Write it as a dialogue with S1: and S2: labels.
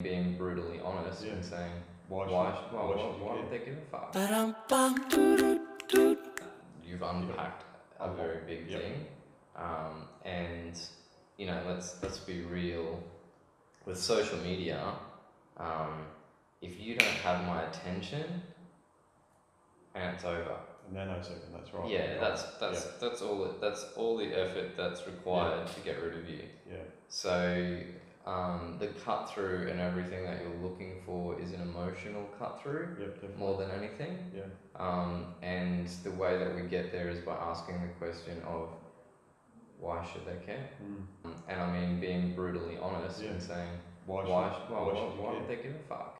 S1: being brutally honest
S2: Yeah.
S1: and saying
S2: Why
S1: why
S2: should-
S1: should,
S2: why
S1: why, why,
S2: should you
S1: why
S2: care?
S1: would they give a fuck?
S3: Ba-dum-bum-doo-doo-doo.
S1: You've unpacked a
S2: Unpack-
S1: very big
S2: yep.
S1: thing, um, and you know let's let's be real with social media. Um, if you don't have my attention, and it's over.
S2: A nanosecond, that's right.
S1: Yeah,
S2: Right.
S1: that's that's that's all it, that's all the effort that's required to get rid of you.
S2: Yeah,
S1: So um, the cut through and everything that you're looking for is an emotional cut through
S2: yep, definitely.
S1: more than anything.
S2: Yeah.
S1: Um, and the way that we get there is by asking the question of why should they care? Um,
S2: Mm.
S1: And I mean being brutally honest
S2: Yeah.
S1: and saying
S2: Why,
S1: why
S2: should,
S1: why, why,
S2: why should you
S1: why
S2: care?
S1: would they give a fuck?